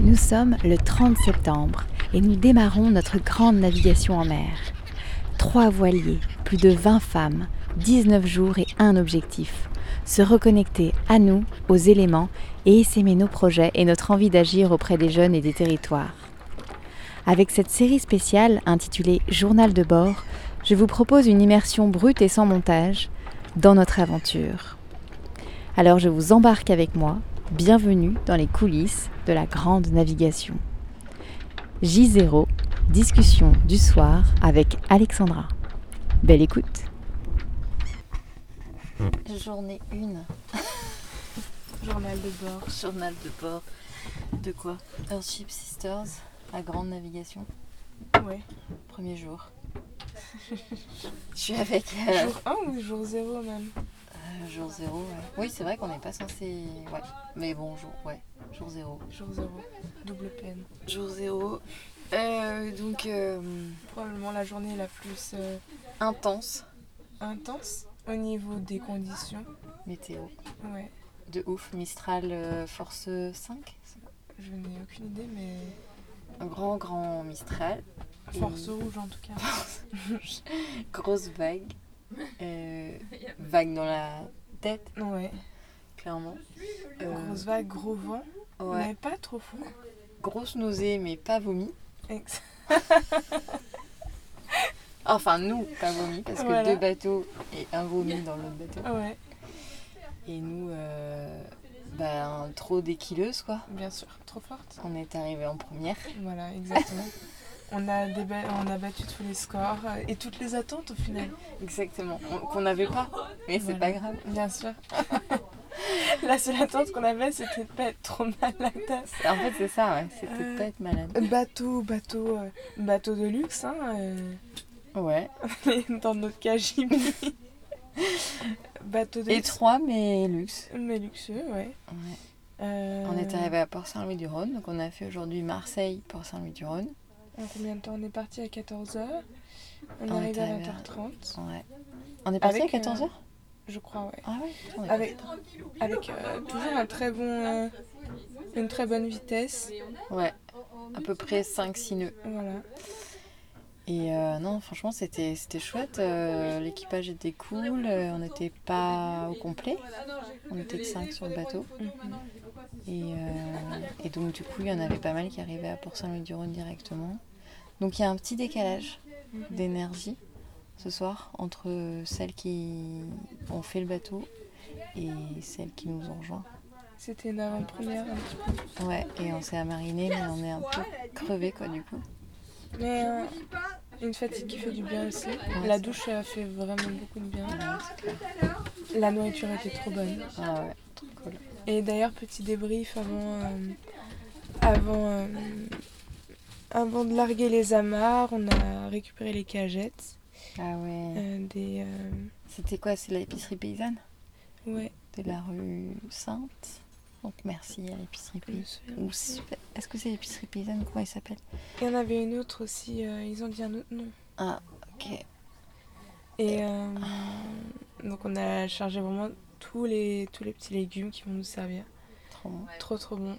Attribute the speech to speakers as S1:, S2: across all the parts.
S1: Nous sommes le 30 septembre et nous démarrons notre grande navigation en mer. Trois voiliers, plus de 20 femmes, 19 jours et un objectif se reconnecter à nous, aux éléments et essaimer nos projets et notre envie d'agir auprès des jeunes et des territoires. Avec cette série spéciale intitulée Journal de bord, je vous propose une immersion brute et sans montage dans notre aventure. Alors je vous embarque avec moi, bienvenue dans les coulisses de la grande navigation. J0, discussion du soir avec Alexandra. Belle écoute. Journée 1,
S2: Journal de bord.
S1: journal de bord
S2: De quoi
S1: Earthship Sisters, la grande navigation,
S2: Ouais.
S1: premier jour. Je suis avec euh,
S2: Jour 1 ou jour 0 même
S1: Euh, Jour zéro, ouais. Oui, c'est vrai qu'on n'est pas censé. Ouais. Mais bon, jour, ouais. Jour zéro.
S2: Jour 0. Double peine.
S1: Jour zéro. Euh, donc
S2: Probablement la journée la plus euh,
S1: intense.
S2: intense au niveau des conditions.
S1: Météo.
S2: Ouais.
S1: De ouf. Mistral euh, force 5.
S2: Je n'ai aucune idée, mais
S1: Un grand, grand Mistral.
S2: force
S1: Euh.
S2: rouge en tout cas.
S1: Grosse vague. Euh, vague dans la tête,
S2: Ouais.
S1: clairement. Euh,
S2: Grosse vague, gros vent,
S1: ouais.
S2: mais pas trop fou.
S1: Grosse nausée, mais pas vomi.
S2: Ex-
S1: Enfin, nous, pas vomi, parce que
S2: Voilà.
S1: deux bateaux et un vomi dans l'autre bateau.
S2: Ouais,
S1: Et nous, euh, ben, trop d'équileuses, quoi.
S2: bien sûr. Trop forte.
S1: On est arrivé en première.
S2: Voilà, exactement. On a, déba- on a battu tous les scores euh, et toutes les attentes au final.
S1: Exactement. On- Qu'on n'avait pas. Mais c'est
S2: Voilà.
S1: pas grave.
S2: Bien sûr. La seule attente qu'on avait, c'était de pas être trop mal à la tasse.
S1: En fait, c'est ça, ouais. C'était
S2: Euh.
S1: de pas être malade.
S2: Bateau, bateau, euh, bateau de luxe, hein. euh,
S1: Ouais.
S2: mais dans notre cas, j'ai mis bateau de luxe.
S1: Étroit, mais luxe.
S2: Mais luxueux, ouais.
S1: Ouais.
S2: Euh,
S1: On est arrivé à Port-Saint-Louis-du-Rhône. Donc, on a fait aujourd'hui Marseille, Port-Saint-Louis-du-Rhône.
S2: En combien de temps on est parti à 14h On est
S1: On
S2: arrivé
S1: est
S2: à
S1: arrivé à-
S2: 20h30,
S1: Ouais. On est parti
S2: Avec,
S1: à 14h
S2: je crois, ouais.
S1: Ah ouais. putain, on est
S2: Avec, avec euh, toujours un très bon, euh, une très bonne vitesse.
S1: parti. Ouais. À peu près 5-6 nœuds.
S2: Voilà.
S1: Et euh, non, franchement, c'était c'était chouette. euh, L'équipage était cool. euh, on n'était pas au complet. On était que 5 sur le bateau.
S2: Mhm.
S1: Et, euh, et donc, du coup, il y en avait pas mal qui arrivaient à Port-Saint-Louis-du-Rhône directement. Donc, il y a un petit décalage d'énergie ce soir entre celles qui ont fait le bateau et celles qui nous ont rejoints.
S2: C'était une avant-première un petit
S1: Ouais, et on s'est amariné, mais on est un peu crevé quoi, du coup.
S2: peu. Mais euh, une fatigue qui fait du bien aussi. La douche a fait vraiment beaucoup de bien.
S1: Ouais, c'est clair.
S2: La nourriture était trop bonne.
S1: Ah ouais, trop cool.
S2: Et d'ailleurs, petit débrief avant, euh, avant, euh, avant de larguer les amarres, on a récupéré les cagettes.
S1: Ah ouais.
S2: euh, des, euh,
S1: C'était quoi C'est l'épicerie paysanne
S2: ouais,
S1: de la rue Sainte. Donc, merci à l'épicerie
S2: je me
S1: paysanne.
S2: souviens.
S1: Ou super- Est-ce que c'est l'épicerie paysanne Comment il s'appelle
S2: Il y en avait une autre aussi, euh, ils ont dit un autre nom.
S1: Ok,
S2: Et euh, donc on a chargé vraiment tous les, tous les petits légumes qui vont nous servir.
S1: trop bon.
S2: Trop trop bon.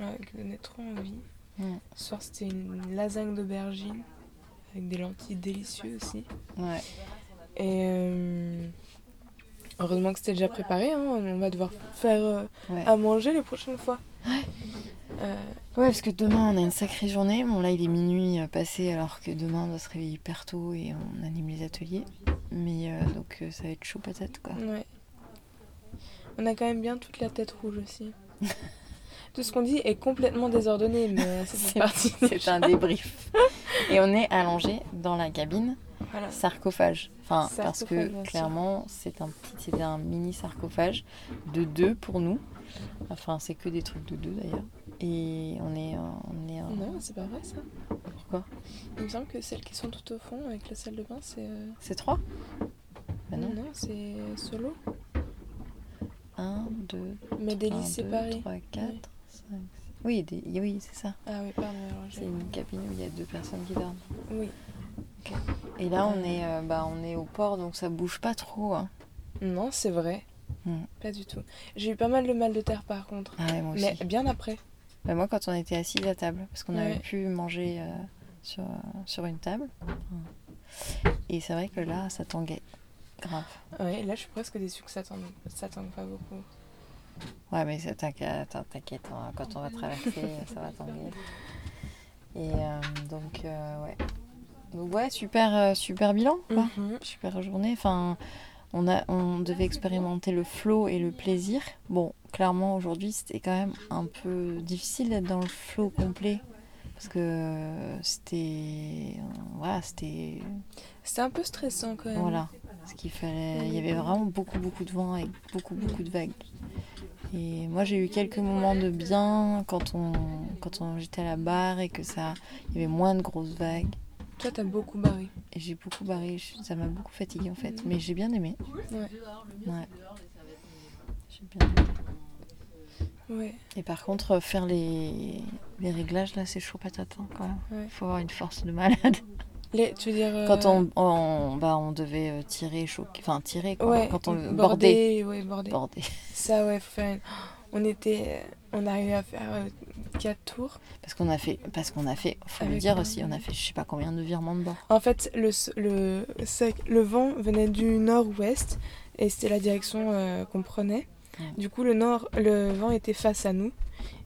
S2: Ouais, qui donnait trop envie.
S1: Mm.
S2: Ce soir, c'était une lasagne d'aubergine avec des lentilles délicieuses aussi.
S1: Ouais,
S2: Et euh, heureusement que c'était déjà préparé, hein. on va devoir faire euh,
S1: ouais.
S2: à manger les prochaines fois. Euh,
S1: Ouais, parce que demain on a une sacrée journée. Bon, là il est minuit euh, passé, alors que demain on doit se réveiller hyper tôt et on anime les ateliers. Mais euh, donc euh, ça va être chaud patate quoi.
S2: ouais. On a quand même bien toute la tête rouge aussi. Tout ce qu'on dit est complètement désordonné, mais euh, ça
S1: C'est-
S2: fait partie.
S1: C'est un débrief. et on est allongé dans la cabine
S2: Voilà.
S1: sarcophage. Enfin, parce
S2: Sarcophage, bien
S1: que
S2: sûr.
S1: clairement c'est un petit, c'est un mini sarcophage de deux pour nous. Enfin, c'est que des trucs de deux d'ailleurs. Et on est, en- on est. en-
S2: Non, c'est pas vrai ça.
S1: Pourquoi
S2: Il me semble que celles qui sont tout au fond avec la salle de bain, c'est. euh,
S1: C'est trois Bah
S2: non,
S1: non.
S2: non, c'est solo.
S1: Un, deux,
S2: Mais des lits
S1: 1, 2,
S2: séparés.
S1: 3, 4, 5. Oui, des- oui c'est ça.
S2: Ah oui, pardon, alors
S1: C'est
S2: j'ai.
S1: une cabine où il y a deux personnes qui dorment.
S2: Oui.
S1: Et là, on est, euh, bah, on est au port, donc ça bouge pas trop. hein.
S2: Non, c'est vrai.
S1: Mm.
S2: Pas du tout. J'ai eu pas mal de mal de terre par contre.
S1: Ah ouais, moi aussi.
S2: Mais bien après.
S1: Bah, moi, quand on était assis à table, parce qu'on avait
S2: Ouais.
S1: pu manger euh, sur, sur une table. Et c'est vrai que là, ça tanguait. Grave.
S2: Ouais, là, je suis presque déçue que ça tente, ça tente pas beaucoup.
S1: Ouais, mais c'est- t'inquiète, t'in- t'inquiète, hein, quand on va traverser, euh, ça va tanguer. Et euh, donc, euh, ouais. Donc, ouais, super, euh, super bilan, quoi. Super journée. Enfin, on, a, on devait expérimenter le flow et le plaisir. Bon, clairement, aujourd'hui, c'était quand même un peu difficile d'être dans le flow complet. Parce que euh, c'était. Voilà, c'était.
S2: C'était un peu stressant quand même.
S1: Voilà. Ce qu'il fallait. Il y avait vraiment beaucoup, beaucoup de vent et beaucoup, beaucoup de vagues. Et moi, j'ai eu quelques moments de bien quand, on, quand on, j'étais à la barre et que ça. Il y avait moins de grosses vagues.
S2: Toi, t'as beaucoup barré.
S1: Et j'ai beaucoup barré, je- ça m'a beaucoup fatiguée en fait, mais j'ai bien aimé.
S2: Ouais.
S1: Ouais. J'ai bien aimé.
S2: Ouais.
S1: Et par contre, euh, faire les, les réglages là, c'est chaud patate hein, quand même.
S2: Ouais.
S1: Faut avoir une force de malade.
S2: Les, tu veux dire. euh,
S1: Quand on, on, bah, on devait euh, tirer, choquer, enfin tirer, quoi.
S2: euh, Ouais,
S1: quand on bordait.
S2: bordé. Ouais, bordé.
S1: Border.
S2: Ça, ouais, faut faire une- On était. On arrivait à faire euh, quatre tours.
S1: Parce qu'on a fait, parce qu'on a fait, faut le
S2: Avec
S1: dire
S2: un-
S1: aussi, on a fait je sais pas combien de virements de bord.
S2: En fait, le, s- le, sec- le vent venait du nord-ouest et c'était la direction euh, qu'on prenait.
S1: Ouais.
S2: Du coup, le, nord, le vent était face à nous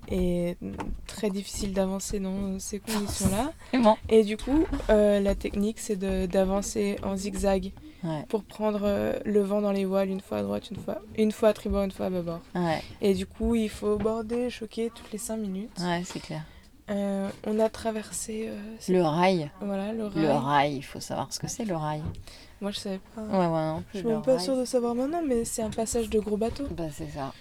S2: et mm, très difficile d'avancer dans ces conditions-là.
S1: Vraiment.
S2: Et du coup, euh, la technique, c'est de- d'avancer en zigzag
S1: Ouais,
S2: pour prendre euh, le vent dans les voiles, une fois à droite, une fois, une fois à tribord, une fois à bâbord.
S1: ouais,
S2: Et du coup, il faut border, choquer toutes les 5 minutes.
S1: ouais, c'est clair.
S2: Euh, on a traversé euh, ce-
S1: Le rail,
S2: voilà, le rail.
S1: le rail, il faut savoir ce que c'est le rail.
S2: Moi, je savais pas.
S1: Ouais, ouais, non plus.
S2: Je suis
S1: le
S2: même pas
S1: rail,
S2: sûre de savoir maintenant, mais c'est un passage de gros bateau.
S1: Bah, c'est ça.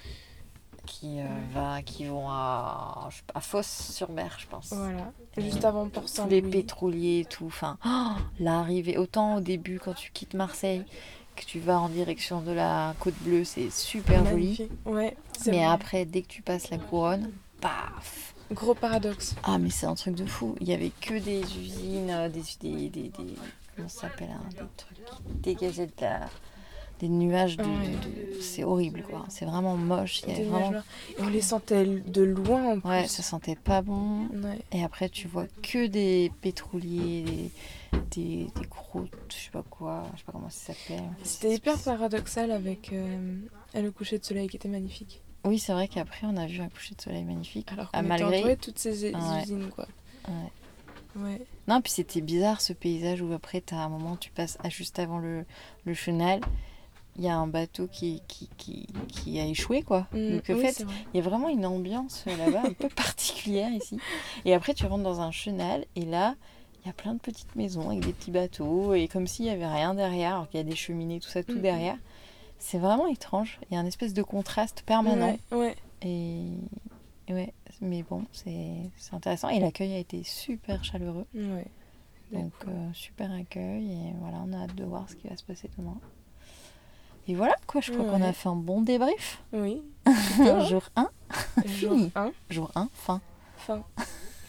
S1: Qui, euh, va, qui vont à, je sais pas, à Fosse-sur-Mer, je pense.
S2: Voilà. Juste avant port
S1: Tous
S2: saint
S1: les pétroliers, tout. Enfin, oh, l'arrivée. Autant au début, quand tu quittes Marseille, que tu vas en direction de la Côte Bleue, c'est super joli.
S2: Ouais. c'est
S1: Mais
S2: vrai.
S1: après, dès que tu passes la couronne, paf
S2: Gros paradoxe.
S1: Ah, mais c'est un truc de fou. Il y avait que des usines, euh, des. des, des, des- comment ça s'appelle hein, Des trucs qui dégageaient de la- Des nuages de. de- de- c'est horrible quoi, c'est vraiment moche, il y
S2: Des
S1: avait vraiment
S2: nuages noirs. Et on les sentait de loin en plus.
S1: Ouais, ça sentait pas bon.
S2: Ouais.
S1: Et après, tu vois que des pétroliers, des, des, des gros, je sais pas quoi, je sais pas comment ça s'appelle.
S2: C'était hyper paradoxal avec euh, le coucher de soleil qui était magnifique.
S1: Oui, c'est vrai qu'après, on a vu un coucher de soleil magnifique.
S2: Alors qu'on
S1: Ah,
S2: était
S1: malgré-
S2: entouré de toutes ces u-
S1: Ah ouais.
S2: usines quoi.
S1: Ouais.
S2: Ouais.
S1: Non, puis c'était bizarre ce paysage où après, t'as un moment, tu passes à juste avant le, le chenal, il y a un bateau qui, qui, qui, qui a échoué, quoi.
S2: Mm,
S1: Donc, en
S2: oui,
S1: fait,
S2: c'est vrai.
S1: Il y a vraiment une ambiance euh, là-bas un peu particulière ici. Et après, tu rentres dans un chenal et là, il y a plein de petites maisons avec des petits bateaux et comme s'il n'y avait rien derrière, alors qu'il y a des cheminées, tout ça, tout
S2: Mhm.
S1: derrière. C'est vraiment étrange. Il y a un espèce de contraste permanent.
S2: Ouais, ouais.
S1: Et et ouais, mais bon, c'est c'est intéressant. Et l'accueil a été super chaleureux.
S2: ouais.
S1: Donc, euh, super accueil. Et voilà, on a hâte de voir ce qui va se passer demain. Et voilà, quoi, je crois qu'on a
S2: Ouais.
S1: fait un bon débrief.
S2: Oui.
S1: Jour 1,
S2: Jour
S1: Fini.
S2: 1,
S1: jour 1, fin.
S2: fin.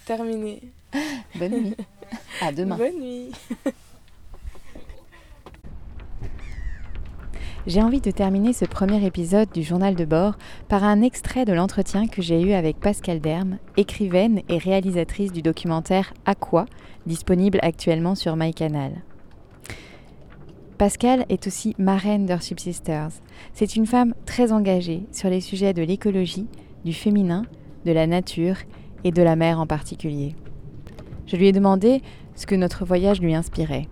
S2: Terminé.
S1: Bonne nuit. À demain.
S2: Bonne nuit.
S3: J'ai envie de terminer ce premier épisode du journal de bord par un extrait de l'entretien que j'ai eu avec Pascal Derme, écrivaine et réalisatrice du documentaire Aqua, disponible actuellement sur MyCanal. Pascal est aussi marraine d'Earthship Sisters. C'est une femme très engagée sur les sujets de l'écologie, du féminin, de la nature et de la mer en particulier. Je lui ai demandé ce que notre voyage lui inspirait.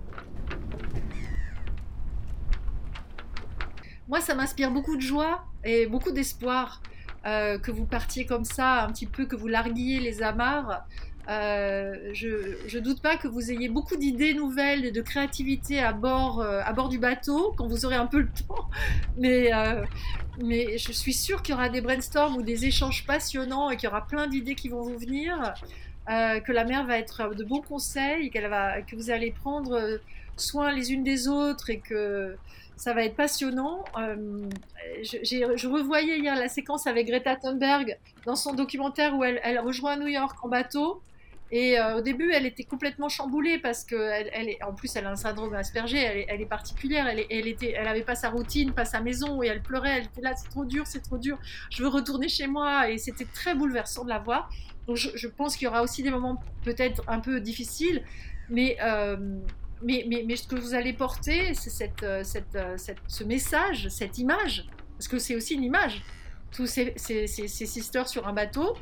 S4: Moi, ça m'inspire beaucoup de joie et beaucoup d'espoir euh, que vous partiez comme ça, un petit peu, que vous larguiez les amarres. Euh, je ne doute pas que vous ayez beaucoup d'idées nouvelles et de créativité à bord, euh, à bord du bateau quand vous aurez un peu le temps. Mais, euh, mais je suis sûre qu'il y aura des brainstorms ou des échanges passionnants et qu'il y aura plein d'idées qui vont vous venir. euh, que la mère va être de bons conseils, qu'elle va, que vous allez prendre euh, soin les unes des autres et que ça va être passionnant. Euh, je, j'ai- je revoyais hier la séquence avec Greta Thunberg dans son documentaire où elle, elle rejoint New York en bateau. Et euh, au début, elle était complètement chamboulée parce que, elle, elle est, en plus, elle a un syndrome Asperger, elle est, elle est particulière, elle, est- elle était, elle avait pas sa routine, pas sa maison, et elle pleurait, elle était là, c'est trop dur, c'est trop dur, je veux retourner chez moi, et c'était très bouleversant de la voir. Donc je, je pense qu'il y aura aussi des moments peut-être un peu difficiles, mais, euh, mais, mais, mais ce que vous allez porter, c'est cette, euh, cette, euh, cette- ce message, cette image, parce que c'est aussi une image. Tous ces, ces, ces- ces sisters sur un bateau,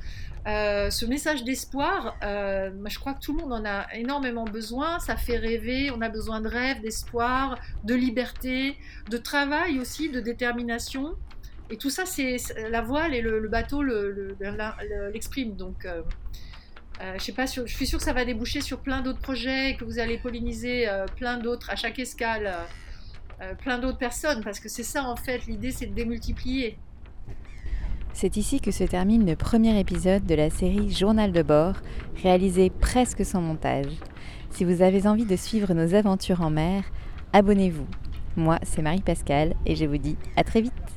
S4: euh, ce message d'espoir, euh, moi, je crois que tout le monde en a énormément besoin. Ça fait rêver, on a besoin de rêve, d'espoir, de liberté, de travail aussi, de détermination. Et tout ça, c'est c'est- la voile et le, le bateau le- le- la- le- l'expriment. Donc, euh, euh, je sais pas, sur- je suis sûre que ça va déboucher sur plein d'autres projets et que vous allez polliniser euh, plein d'autres à chaque escale, euh, euh, plein d'autres personnes, parce que c'est ça en fait. L'idée, c'est de démultiplier.
S3: C'est ici que se termine le premier épisode de la série Journal de bord, réalisé presque sans montage. Si vous avez envie de suivre nos aventures en mer, abonnez-vous. Moi, c'est Marie-Pascale et je vous dis à très vite